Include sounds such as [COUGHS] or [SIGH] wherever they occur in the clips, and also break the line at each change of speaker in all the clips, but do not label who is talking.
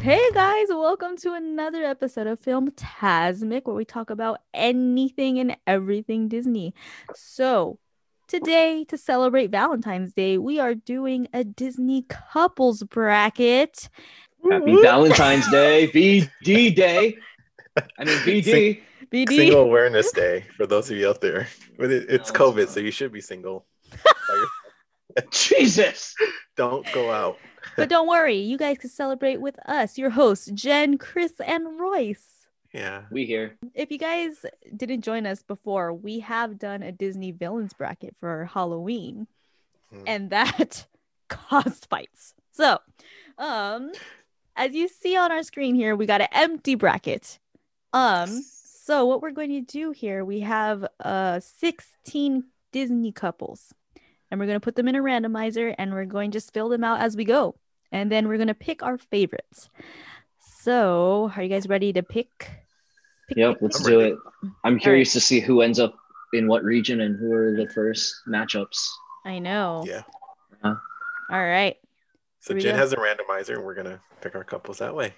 Hey guys, welcome to another episode of Film Tasmic where we talk about anything and everything Disney. So, today to celebrate Valentine's Day, we are doing a Disney couples bracket.
Happy Valentine's
[LAUGHS]
Day, VD Day. I mean VD.
BD.
Single Awareness Day for those of you out there. But it, it's
No,
COVID,
it's
so you should be single.
Jesus.
Don't go out.
But don't worry, you guys can celebrate with us, your hosts, Jen, Chris, and Royce.
Yeah.
We here.
If you guys didn't join us before, we have done a Disney villains bracket for Halloween,
Hmm.
and that [LAUGHS] caused fights. So, um, as you see on our screen here, we got an empty bracket. Um, so what we're going to do here, we have uh 16 Disney couples, and we're going to put them in a randomizer, and we're going to just fill them out as we go, and then we're going to pick our favorites. So, are you guys ready to pick? pick
Yep,
pick,
let's
I'm
do
ready.
it. I'm curious to see who ends up in what region and who are the first matchups.
I know.
Yeah.
All right. Here
So
we
Jen
go.
has a randomizer and we're gonna pick our couples that way.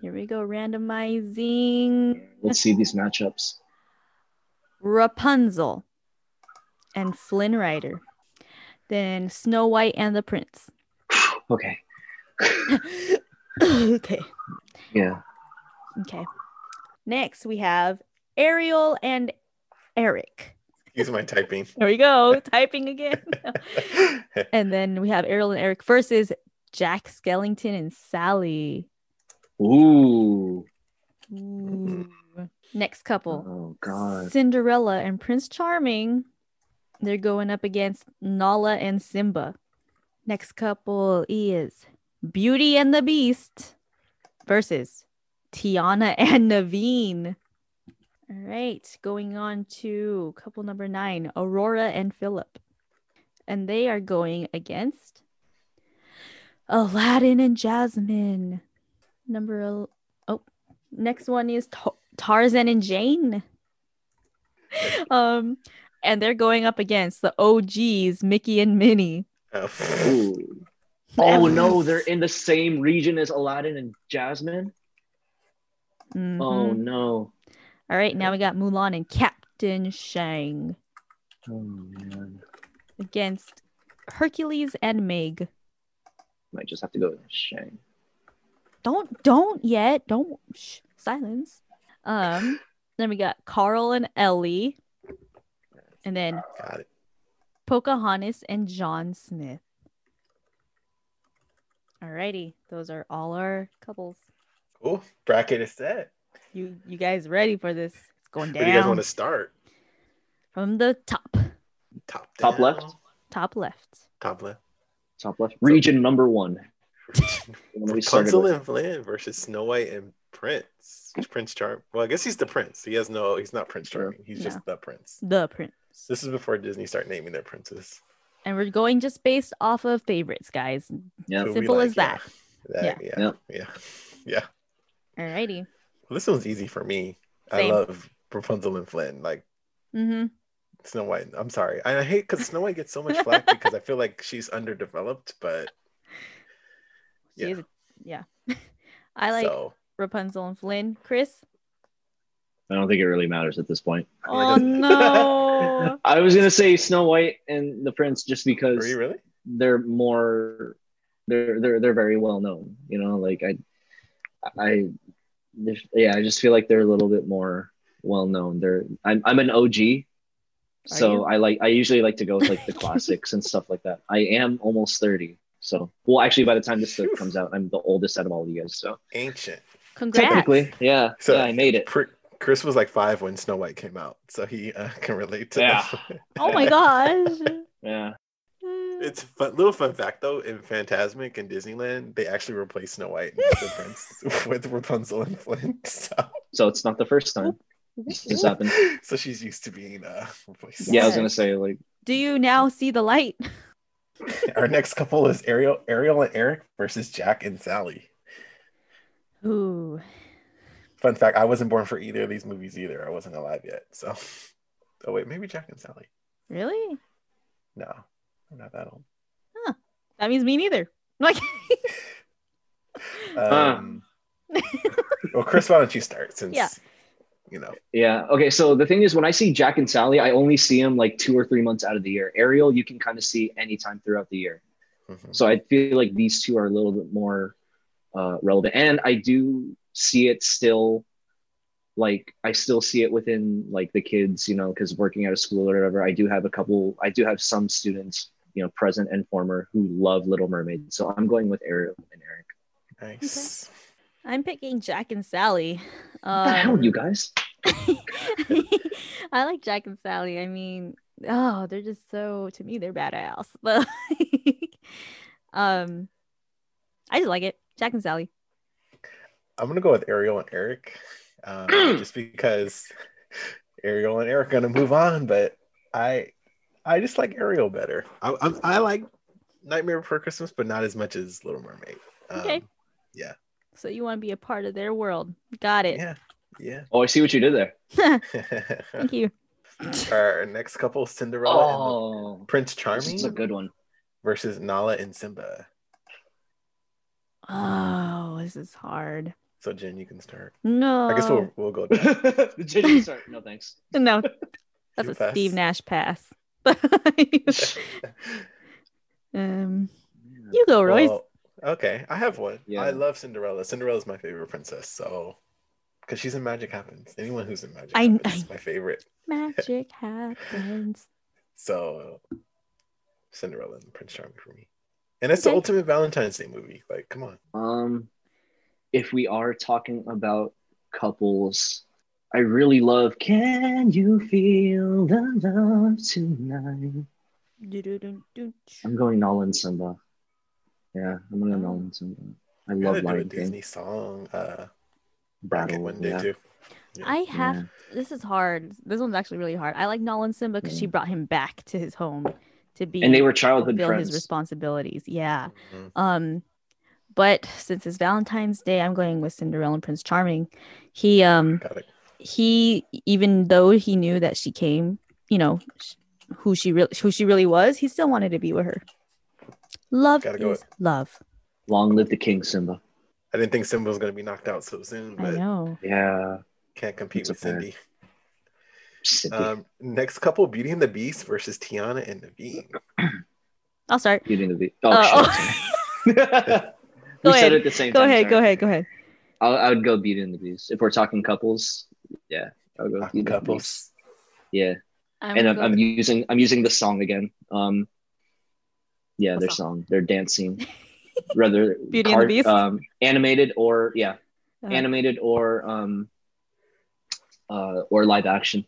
Here we go. Randomizing
Let's see these matchups.
Rapunzel and Flynn Rider. Then Snow White and the Prince. [COUGHS]
Okay.
okay.
Yeah.
Okay. Next, we have Ariel and Eric.
Use my typing. [LAUGHS]
There we [LAUGHS] go. typing again. and then we have Ariel and Eric versus Jack Skellington and Sally.
Ooh.
Ooh. Next couple.
Oh god.
Cinderella and Prince Charming. They're going up against Nala and Simba. Next couple is Beauty and the Beast versus Tiana and [LAUGHS] Naveen. All right, going on to couple number nine, Aurora and Philip. And they are going against Aladdin and Jasmine. Number, el- oh, next one is Ta- Tarzan and Jane um and they're going up against the OGs Mickey and Minnie.
Oh,
Ooh. Oh no, they're in the same region as Aladdin and Jasmine.
Mhm.
Oh no.
All right, now we got Mulan and Captain Shang
Oh man.
against Hercules and Meg.
Might just have to go with Shang.
Don't don't yet. Don't shh, silence. Um then we got Carl and Ellie and then
got it.
Pocahontas and John Smith. Alrighty, those are all our couples.
Cool. Bracket is set.
You you guys ready for this? It's going
Where do you guys
down
want to start?
from the top.
Top
Top
down?
left?
top left.
Top left.
Top left. Region number one. The one we started
Rapunzel
with.
and Flynn versus Snow White and Prince. Prince Charm. Well, I guess he's the prince. He has no he's not Prince
True.
Charming. He's just the prince.
The prince.
This is before Disney start naming their princes.
And we're going just based off of favorites, guys.
Yeah.
Who we
Simple as
yeah.
that.
That- yeah.
Yeah.
Yeah. Yeah. Yeah.
Alrighty.
Well, this one's easy for me.
Same.
I love Rapunzel and Flynn, like
Mm-hmm.
Snow White. I'm sorry. And I hate because Snow White gets so much
[LAUGHS]
flack because I feel like she's underdeveloped, but
She
Yeah.
is a- yeah. [LAUGHS] I like
so
Rapunzel and Flynn. Chris.
I don't think it really matters at this point.
Oh
[LAUGHS]
no.
I was gonna say Snow White and the Prince just
are
because
you really?
they're more they're they're they're very well known. You know, like I I there's- yeah, I just feel like they're a little bit more well known. They're I'm I'm an OG.
you?
So I like I usually like to go with like the classics and stuff like that. I am almost 30. So well actually by the time this
Phew.
comes out, I'm the oldest out of all of you guys. So
Ancient.
Congrats.
technically, yeah.
So-
yeah, I made it.
Pr- Chris was like five when Snow White came out, so he uh, [LAUGHS] can relate to
Yeah.
that.
Oh my gosh.
Yeah.
[LAUGHS]
[LAUGHS]
It's a fun, little fun fact though. In Fantasmic and Disneyland, they actually replaced Snow White and the
[LAUGHS]
Prince with Rapunzel and Flynn. [LAUGHS] So,
So it's not the first time. This just happened.
[LAUGHS] so she's used to being uh, replaced.
Yeah, I was gonna
Yes.
say like
Do you now see the light? [LAUGHS]
Our next couple is Ariel, Ariel and Eric versus Jack and Sally.
Ooh.
Fun fact: I wasn't born for either of these movies either. I wasn't alive yet. So, [LAUGHS] oh wait, maybe Jack and Sally.
Really?
No, I'm not that old.
That means me neither. Like
Um, well, Chris, why don't you start? Since
Yeah.
you know,
Yeah. Okay. So the thing is, when I see Jack and Sally, I only see them like two or three months out of the year. Ariel, you can kind of see anytime throughout the year.
Mhm.
So I feel like these two are a little bit more uh, relevant, and I do see it still. Like I still see it within like the kids, you know, because working out of school or whatever. I do have a couple. I do have some students, you know, present and former who love Little Mermaid. So I'm going with Ariel and Eric.
nice.
I'm picking Jack and Sally.
What the hell,
Um,
you guys?
[LAUGHS] I like Jack and Sally. I mean, oh, they're just so to me they're badass. [LAUGHS] But like, um, I just like it. Jack and Sally.
I'm gonna go with Ariel and Eric, um, just because Ariel and Eric are gonna move on, but I, I just like Ariel better. I, I'm, I like Nightmare Before Christmas, but not as much as Little Mermaid. Um,
Okay. So you want to be a part of their world? Got it.
Yeah.
Oh, I see what you did there.
Yeah.
Thank you.
[LAUGHS] Our next couple, Cinderella and
Oh,
Prince
this is a
Charming
good one.
versus Nala and Simba.
Oh, this is hard.
So Jen, you can start.
No,
I guess we'll
[LAUGHS]
we'll go.
Did start? No, thanks.
[LAUGHS]
no.
You
That's a
pass.
Steve Nash pass. [LAUGHS] um,
Yeah.
you go, Royce.
[LAUGHS] Well, okay, I have one.
Yeah.
I love Cinderella. Cinderella's my favorite princess. So, because she's in Magic Happens. Anyone who's in Magic
I-
Happens
I-
is my favorite.
Magic happens.
So, Cinderella and Prince Charming for me. And it's the
Okay.
ultimate Valentine's Day movie. Like, come on.
[LAUGHS] Um, if we are talking about couples, I really love "Can You Feel the Love Tonight."
Du-du-dun-dun.
I'm going Nolan Simba. Yeah, I'm going
Oh.
to Nolan Simba. I
We
love
gotta do a
Lion
Disney
King.
song. Uh,
Battle
one day
yeah.
too. Yeah.
I have
Yeah.
this is hard. This one's actually really hard. I like Nolan Simba because she
Yeah.
brought him back to his home to be
And they were childhood
fulfill his
friends.
responsibilities. Yeah.
Mhm.
Um, but since it's Valentine's Day, I'm going with Cinderella and Prince Charming. He um
Got it.
he even though he knew that she came, you know, sh- who she really who she really was, he still wanted to be with her. Love
Gotta
is
go
love.
Long live the king, Simba.
I didn't think Simba was gonna be knocked out so soon,
I
but
know.
Yeah.
can't compete
It's
with
a fair.
Cindy.
Sippy.
Um, next couple: Beauty and the Beast versus Tiana and Naveen.
I'll start.
you didn't be.
Uh,
Oh,
[LAUGHS]
shit. [LAUGHS]
Go
we
ahead.
said it at the same
go
time.
ahead,
sorry.
go ahead, go ahead.
I'll, I would go Beauty and the Beast. If we're talking couples, yeah, I'll go Beauty and the Beast.
Couples.
Yeah,
I'm
and I'm, I'm using I'm using the song again. Um, yeah,
What
their song, their
[LAUGHS]
dance scene, rather
Beauty and the Beast? Uh-huh.
um, animated or yeah, animated or um, uh, or live action.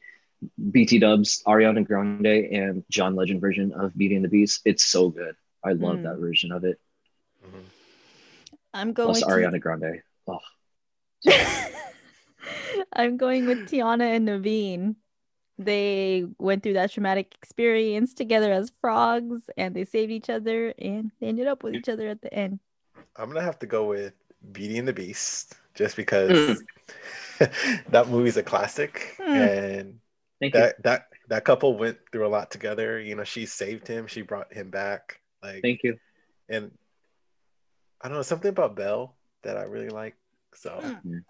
BT Dubs, Ariana Grande, and John Legend version of Beauty and the Beast. It's so good. I love
Mm.
that version of it.
Mhm.
I'm going
Plus
to
Ariana Grande. Oh,
I'm going with Tiana and Naveen. They went through that traumatic experience together as frogs and they saved each other and they ended up with each other at the end.
I'm gonna have to go with Beauty and the Beast just because
Mm.
[LAUGHS] that movie's a classic,
Mm.
and
thank you,
that that that couple went through a lot together. You know, she saved him, she brought him back, like,
thank you.
and I don't know something about Belle that I really like. So,
Mm.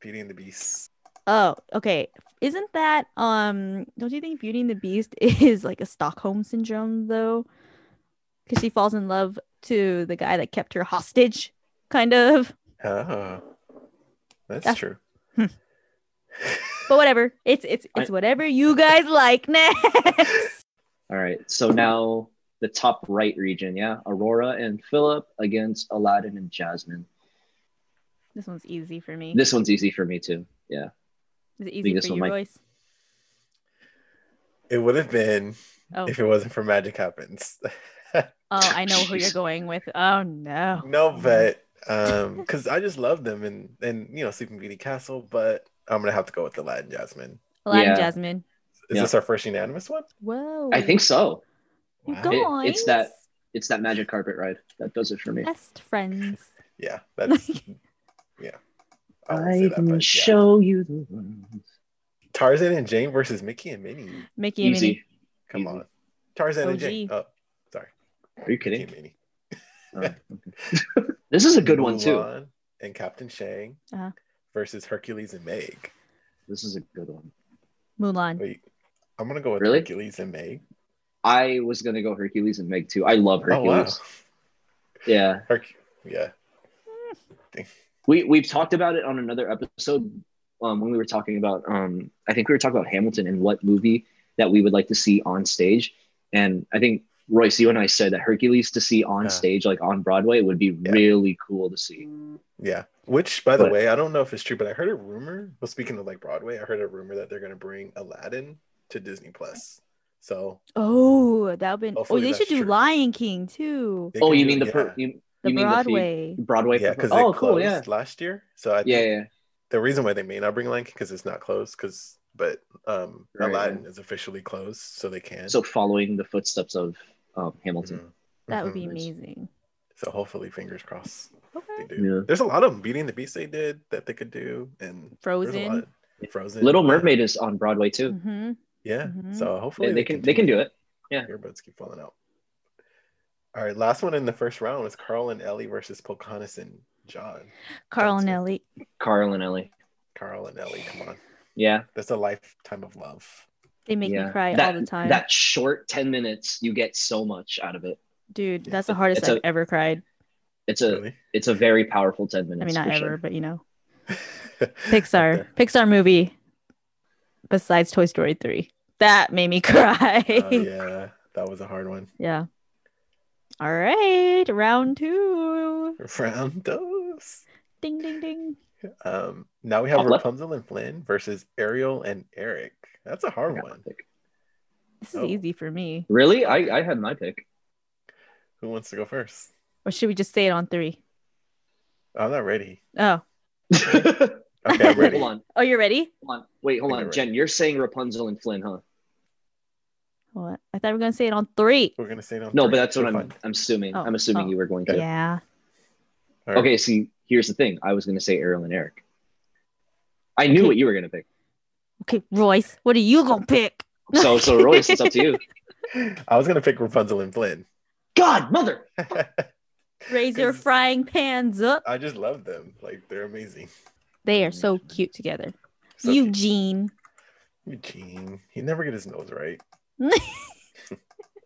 Beauty and the Beast.
Oh, okay. Isn't that um don't you think Beauty and the Beast [LAUGHS] is like a Stockholm syndrome though? Cuz she falls in love to the guy that kept her hostage kind of.
Oh, that's,
That's-
true.
Hmm. But whatever. It's it's
I-
it's whatever you guys like next.
[LAUGHS] All right. So now the top right region, yeah. Aurora and Philip against Aladdin and Jasmine.
This one's easy for me.
This one's easy for me too. Yeah.
Is it
think
easy
this
for
one
you,
might-
Royce?
it would have been
Oh,
if it wasn't for Magic Happens.
oh, I know who [LAUGHS] you're
Jeez.
going with. Oh no.
No, but um, because I just love them and and you know Sleeping Beauty Castle, but I'm gonna have to go with Aladdin Jasmine.
Aladdin
Yeah.
Jasmine.
Is
Yeah.
this our first unanimous one?
Whoa.
I think so.
you
Wow.
guys.
It- it's that- It's that magic carpet ride. That does it for me.
best
[LAUGHS]
friends.
Yeah, that's yeah. I won't say
I
that,
can
but yeah.
show you the world.
Tarzan and Jane versus Mickey and Minnie.
Mickey and Minnie.
Easy.
Come
Easy.
on, Tarzan and
OG.
Jane. Oh, sorry,
Are you kidding?
Mickey and Minnie.
Oh, okay. [LAUGHS] this is a good one too.
Mulan. and Captain Shang
Uh-huh.
versus Hercules and Meg.
This is a good one.
Mulan.
Wait, I'm gonna go with
Really?
Hercules and Meg.
I was gonna go Hercules and Meg too. I love
Oh wow,
Hercules. Yeah,
Herc- yeah,
we we've talked about it on another episode um, when we were talking about um, I think we were talking about Hamilton and what movie that we would like to see on stage, and I think Royce, you and I said that Hercules to see on
Yeah.
stage like on Broadway would be
Yeah.
really cool to see.
yeah. Which, by the
But-
way, I don't know if it's true, but I heard a rumor. Well, speaking of like Broadway, I heard a rumor that they're gonna bring Aladdin to Disney Plus. So
Oh, that would been. Oh,
Hopefully
they
that's
should do
true.
Lion King too.
they
Oh,
can
you
do-
mean the per-
yeah.
you,
The
you mean
[LAUGHS]
Broadway.
the fee- Broadway?
yeah,
perfor-
because
oh,
they
cool.
closed
Yeah.
last year. So I think
yeah, yeah.
the reason why they may not bring Lion King because it's not closed. Because but um,
Right,
Aladdin is officially closed, so they can.
So following the footsteps of um, Hamilton.
Mhm.
that would be
Mhm.
amazing.
So hopefully, fingers crossed, they
Okay.
do.
Yeah.
There's a lot of them. Beating the Beast they did that they could do, and there's a lot
Frozen.
of- Frozen,
Little Mermaid is on Broadway too.
Mm-hmm.
Yeah.
Mhm.
So
They,
hopefully
they can they can do it. yeah.
Earbuds keep falling out. All right, last one in the first round was Carl and Ellie versus Pocahontas and John.
Carl
Sounds
and
good.
Ellie.
Carl and Ellie.
Carl and Ellie, come on,
Yeah.
that's a lifetime of love.
They make
yeah.
me cry
that,
all the time.
That short ten minutes, you get so much out of it.
Dude,
Yeah.
that's the hardest
It's
I've
a-
ever cried.
It's a
Really? [LAUGHS]
it's a very powerful ten minutes.
I mean, not
for
ever,
sure.
but you know,
Up
Pixar, Pixar movie. Besides Toy Story three, that made me [LAUGHS] cry.
there. Uh, yeah, that was a hard one.
yeah. All right, round two.
Round those.
Ding ding ding.
Um, now we have
Top left.
Rapunzel and Flynn versus Ariel and Eric. That's a hard
I got my
one.
pick.
This is
Oh.
easy for me.
Really? I, I had my pick. [LAUGHS]
Who wants to go first?
Or should we just say it on three?
I'm not ready.
Oh,
hold
Okay,
[LAUGHS]
I'm ready.
on.
oh, you're ready?
Hold on. Wait, hold
I think
on.
I'm
Jen, you're saying Rapunzel and Flynn, huh?
What? I thought we were gonna say it on three.
We're gonna say it on
No, but
three.
that's what
We're
I'm
fine.
I'm assuming.
Oh,
I'm assuming
oh.
you were going to.
Yeah.
All right.
Okay, see, here's the thing. I was gonna say Ariel and Eric. I knew
Okay.
what you were gonna pick.
Okay, Royce, what are you gonna pick?
So so Royce, it's up to
[LAUGHS]
you.
[LAUGHS] I was gonna pick Rapunzel and Flynn.
God, mother.
Raise
[LAUGHS]
your
'Cause
frying pans up.
I just love them. Like they're amazing.
They are so cute together.
So cute.
Eugene.
Eugene, he never get his nose right.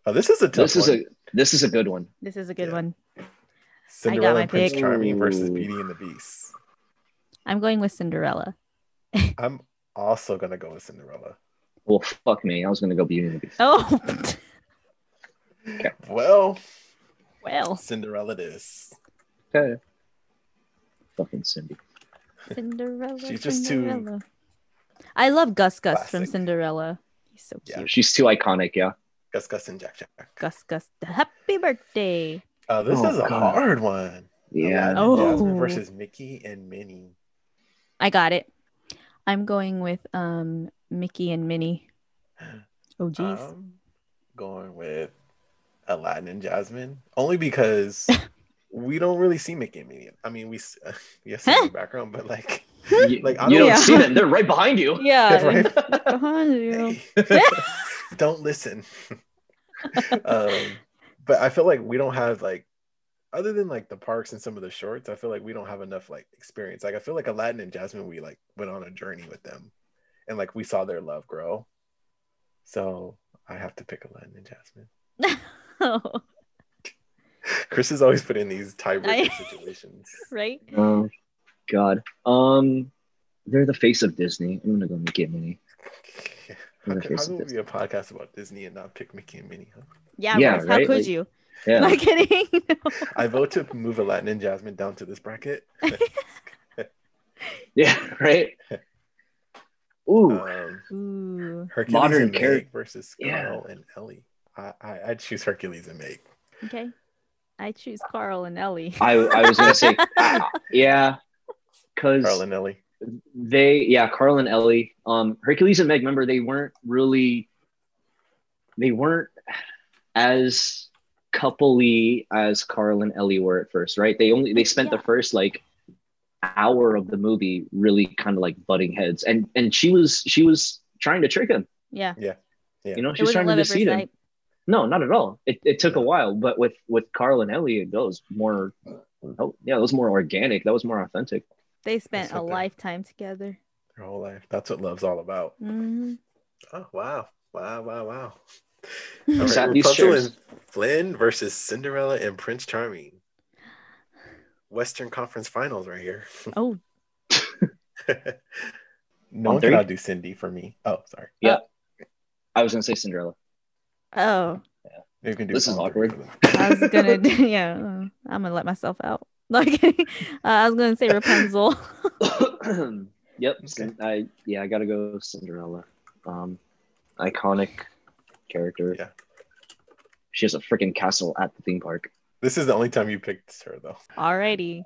oh, this is a tough
This is
one.
a this is a good one.
This is a good
Yeah.
one. I got
Cinderella
my
and Prince
pick.
Charming versus
Ooh.
Beauty and the Beast.
I'm going with Cinderella.
I'm also gonna go with Cinderella.
Well, fuck me. I was gonna go Beauty and the Beast.
Oh, [LAUGHS]
Well,
well,
Cinderella it is.
Okay. Fucking Cindy.
Cinderella.
She's just too
Cinderella. I love Gus Gus from
classic.
Cinderella. He's so
Yeah. Oh,
cute.
She's too iconic. Yeah.
Gus Gus and Jack Jack.
Gus Gus. Happy birthday.
Uh, this
Oh,
is a
God.
hard one.
Yeah.
Aladdin and Jasmine
Oh.
versus Mickey and Minnie.
I got it. I'm going with um Mickey and Minnie.
Um,
Oh geez.
I'm going with Aladdin and Jasmine only because we don't really see Mickey and Minnie. I mean, we s- [LAUGHS] yes in the background, but like,
[LAUGHS]
You,
Like, I
you
don't-
don't
Yeah.
see them. They're right behind you. [LAUGHS]
yeah.
right?
look behind you.
Hey, [LAUGHS] don't listen. um, but I feel like we don't have like, other than like the parks and some of the shorts, I feel like we don't have enough like experience. Like I feel like Aladdin and Jasmine, we like went on a journey with them, and like we saw their love grow. So I have to pick Aladdin and Jasmine.
Oh,
Chris is always put in these
I-
tiebreaker situations.
[LAUGHS] right?
Oh God. Um, they're the face of Disney. I'm gonna go Mickey and Minnie.
How
In the
can, how
face of
can we
Disney.
be a podcast about Disney and not pick Mickey and Minnie? Huh?
Yeah,
Yeah,
Royce, how
right?
could
Like-
you?
Yeah.
Am I [LAUGHS] kidding?
I vote to move Aladdin and Jasmine down to this bracket.
[LAUGHS] yeah. Right.
[LAUGHS]
Ooh.
Um,
Ooh.
Hercules
Modern
and Meg
character-
versus
Yeah.
Carl and Ellie. I, I I choose Hercules and Meg.
Okay. I choose Carl and Ellie.
I I was gonna say
[LAUGHS]
ah, yeah, because
Carl and Ellie.
they yeah Carl and Ellie. Um, Hercules and Meg. Remember they weren't really. They weren't as coupley as Carl and Ellie were at first, right? They only they spent
Yeah.
the first like hour of the movie really kind of like butting heads, and and she was she was trying to trick him.
Yeah.
You know,
it
she's
wasn't
trying
love
to
at first
deceive him.
sight.
No, not at all. It, it took a
Yeah.
while, but with with Carl and Ellie, it goes more Oh, yeah, that was more organic. That was more authentic.
They spent
That's
a
okay.
lifetime together.
Their whole life. That's what love's all about.
Mhm.
Oh wow. Wow, wow, wow.
We
All
Mm-hmm.
right,
sat in these
Rapunzel
chairs.
and Flynn versus Cinderella and Prince Charming. Western Conference Finals right here.
[LAUGHS]
[LAUGHS]
Oh,
no
On
one
three?
can outdo Cindy for me. Oh, sorry.
I was gonna say Cinderella.
oh,
You can do
This is
all three
awkward.
for them.
I was gonna, [LAUGHS] yeah, uh, I'm gonna let myself out. [LAUGHS] Like, uh, I was gonna say Rapunzel.
[COUGHS] yep.
Okay.
Cin- I yeah, I gotta go Cinderella. Um, iconic character.
Yeah.
She has a freaking castle at the theme park.
This is the only time you picked her though.
Alrighty,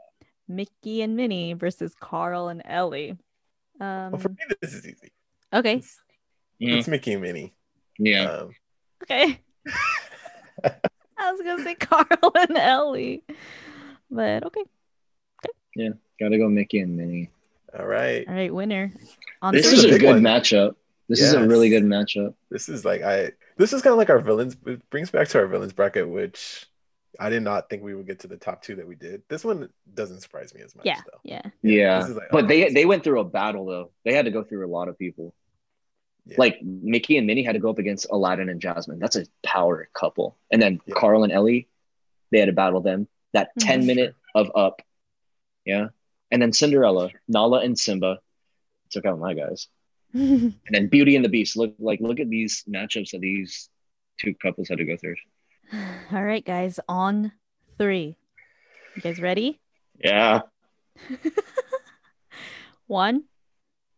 Mickey and Minnie versus Carl and Ellie. Um,
Well, for me, this is easy.
okay,
It's,
Mm.
it's Mickey and Minnie.
Yeah.
Um,
okay.
[LAUGHS]
I was gonna say Carl and Ellie, but okay.
Gotta go Mickey and Minnie.
all right.
All right, winner. On
This
three.
is a
big
good
one.
matchup. This is a
Yes.
really good matchup.
This is like I. This is kind of like our villains. It brings back to our villains bracket, which I did not think we would get to the top two that we did. This one doesn't surprise me as much.
yeah,
though.
yeah.
Yeah.
This is like-
But they they went through a battle though. They had to go through a lot of people.
Yeah.
Like Mickey and Minnie had to go up against Aladdin and Jasmine. That's a power couple. And then
Yeah.
Carl and Ellie, they had to battle them. That
Mhm.
10 minute of up. Yeah. And then Cinderella, Nala and Simba took out my guys.
[LAUGHS]
And then Beauty and the Beast. Look like look at these matchups that these two couples had to go through.
All right, guys, on three. You guys ready?
Yeah.
One,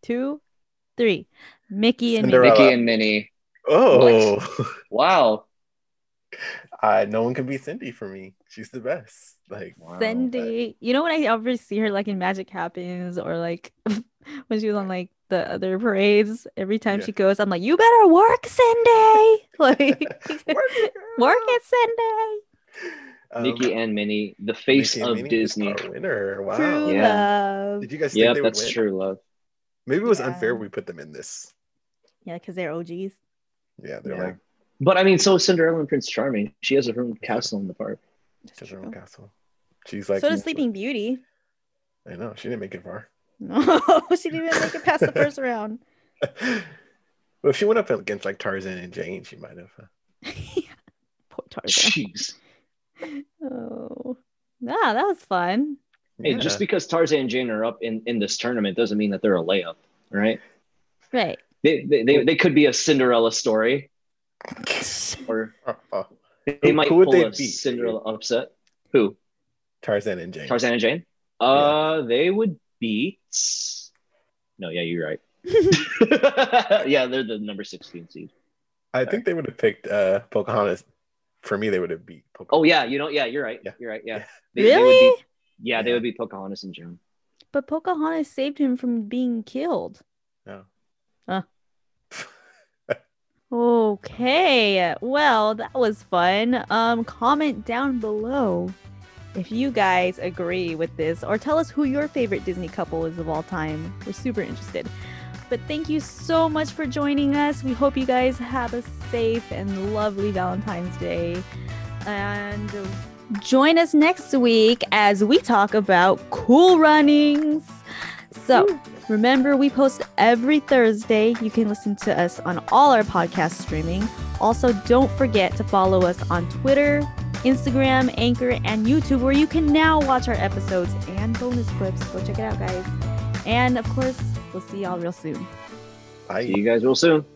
two, three. Mickey and
Cinderella.
Mickey and Minnie.
Oh,
Wow.
[LAUGHS] I, no one can be Cindy for me. She's the best. Like
Wow.
Cindy. You know when I always see her like in Magic Happens or like [LAUGHS] when she was on like the other parades, every time
Yeah.
she goes, I'm like, you better work, Cindy. [LAUGHS]
[LAUGHS]
Like
Work it,
work
girl.
it, Cindy.
Um,
Mickey and Minnie, the face
Mickey and
of
Minnie is
Disney.
our winner. Wow.
True
Yeah.
love.
Did you guys think
Yep,
they would
that's
win?
true, love.
Maybe it was
Yeah.
unfair we put them in this.
Yeah, because they're OGs.
Yeah, they're
Yeah.
like
But I mean, so is Cinderella and Prince Charming. She has her own castle in the park.
That's
Cheshire
true.
Castle. She's like
so does Sleeping Beauty. [LAUGHS]
I know she didn't make it far.
No, she didn't even make it past the
[LAUGHS]
first round. [LAUGHS]
well, if she went up against like Tarzan and Jane, she might have. uh,
Poor Tarzan.
Jeez.
Oh, nah, that was fun.
Hey, just because Tarzan and Jane are up in, in this tournament doesn't mean that they're a layup, right?
[LAUGHS]
Right.
They, they, they, they could be a Cinderella story, or
Uh, uh,
they
Who-
might
who would
pull
they
a
beat?
Cinderella upset. Who?
Tarzan and Jane.
Tarzan and Jane? Uh, They would beat. No, yeah, you're right. [LAUGHS] yeah, they're the number 16 seed.
I think they would have picked uh, Pocahontas. For me, they would have beat. Pocahontas.
Oh, yeah, you know, yeah, you're right.
Yeah.
You're right. Yeah.
Yeah.
Really?
would be, yeah, they
Yeah.
would be Pocahontas and June.
But Pocahontas saved him from being killed.
No.
Okay. Well, that was fun. Um, comment down below if you guys agree with this or tell us who your favorite Disney couple is of all time. We're super interested. But thank you so much for joining us. We hope you guys have a safe and lovely Valentine's Day. And join us next week as we talk about cool runnings. So, Remember, we post every Thursday. You can listen to us on all our podcast streaming. Also, don't forget to follow us on Twitter, Instagram, Anchor, and YouTube, where you can now watch our episodes and bonus clips. Go check it out, guys. And of course, we'll see y'all real soon.
I
See you guys real soon.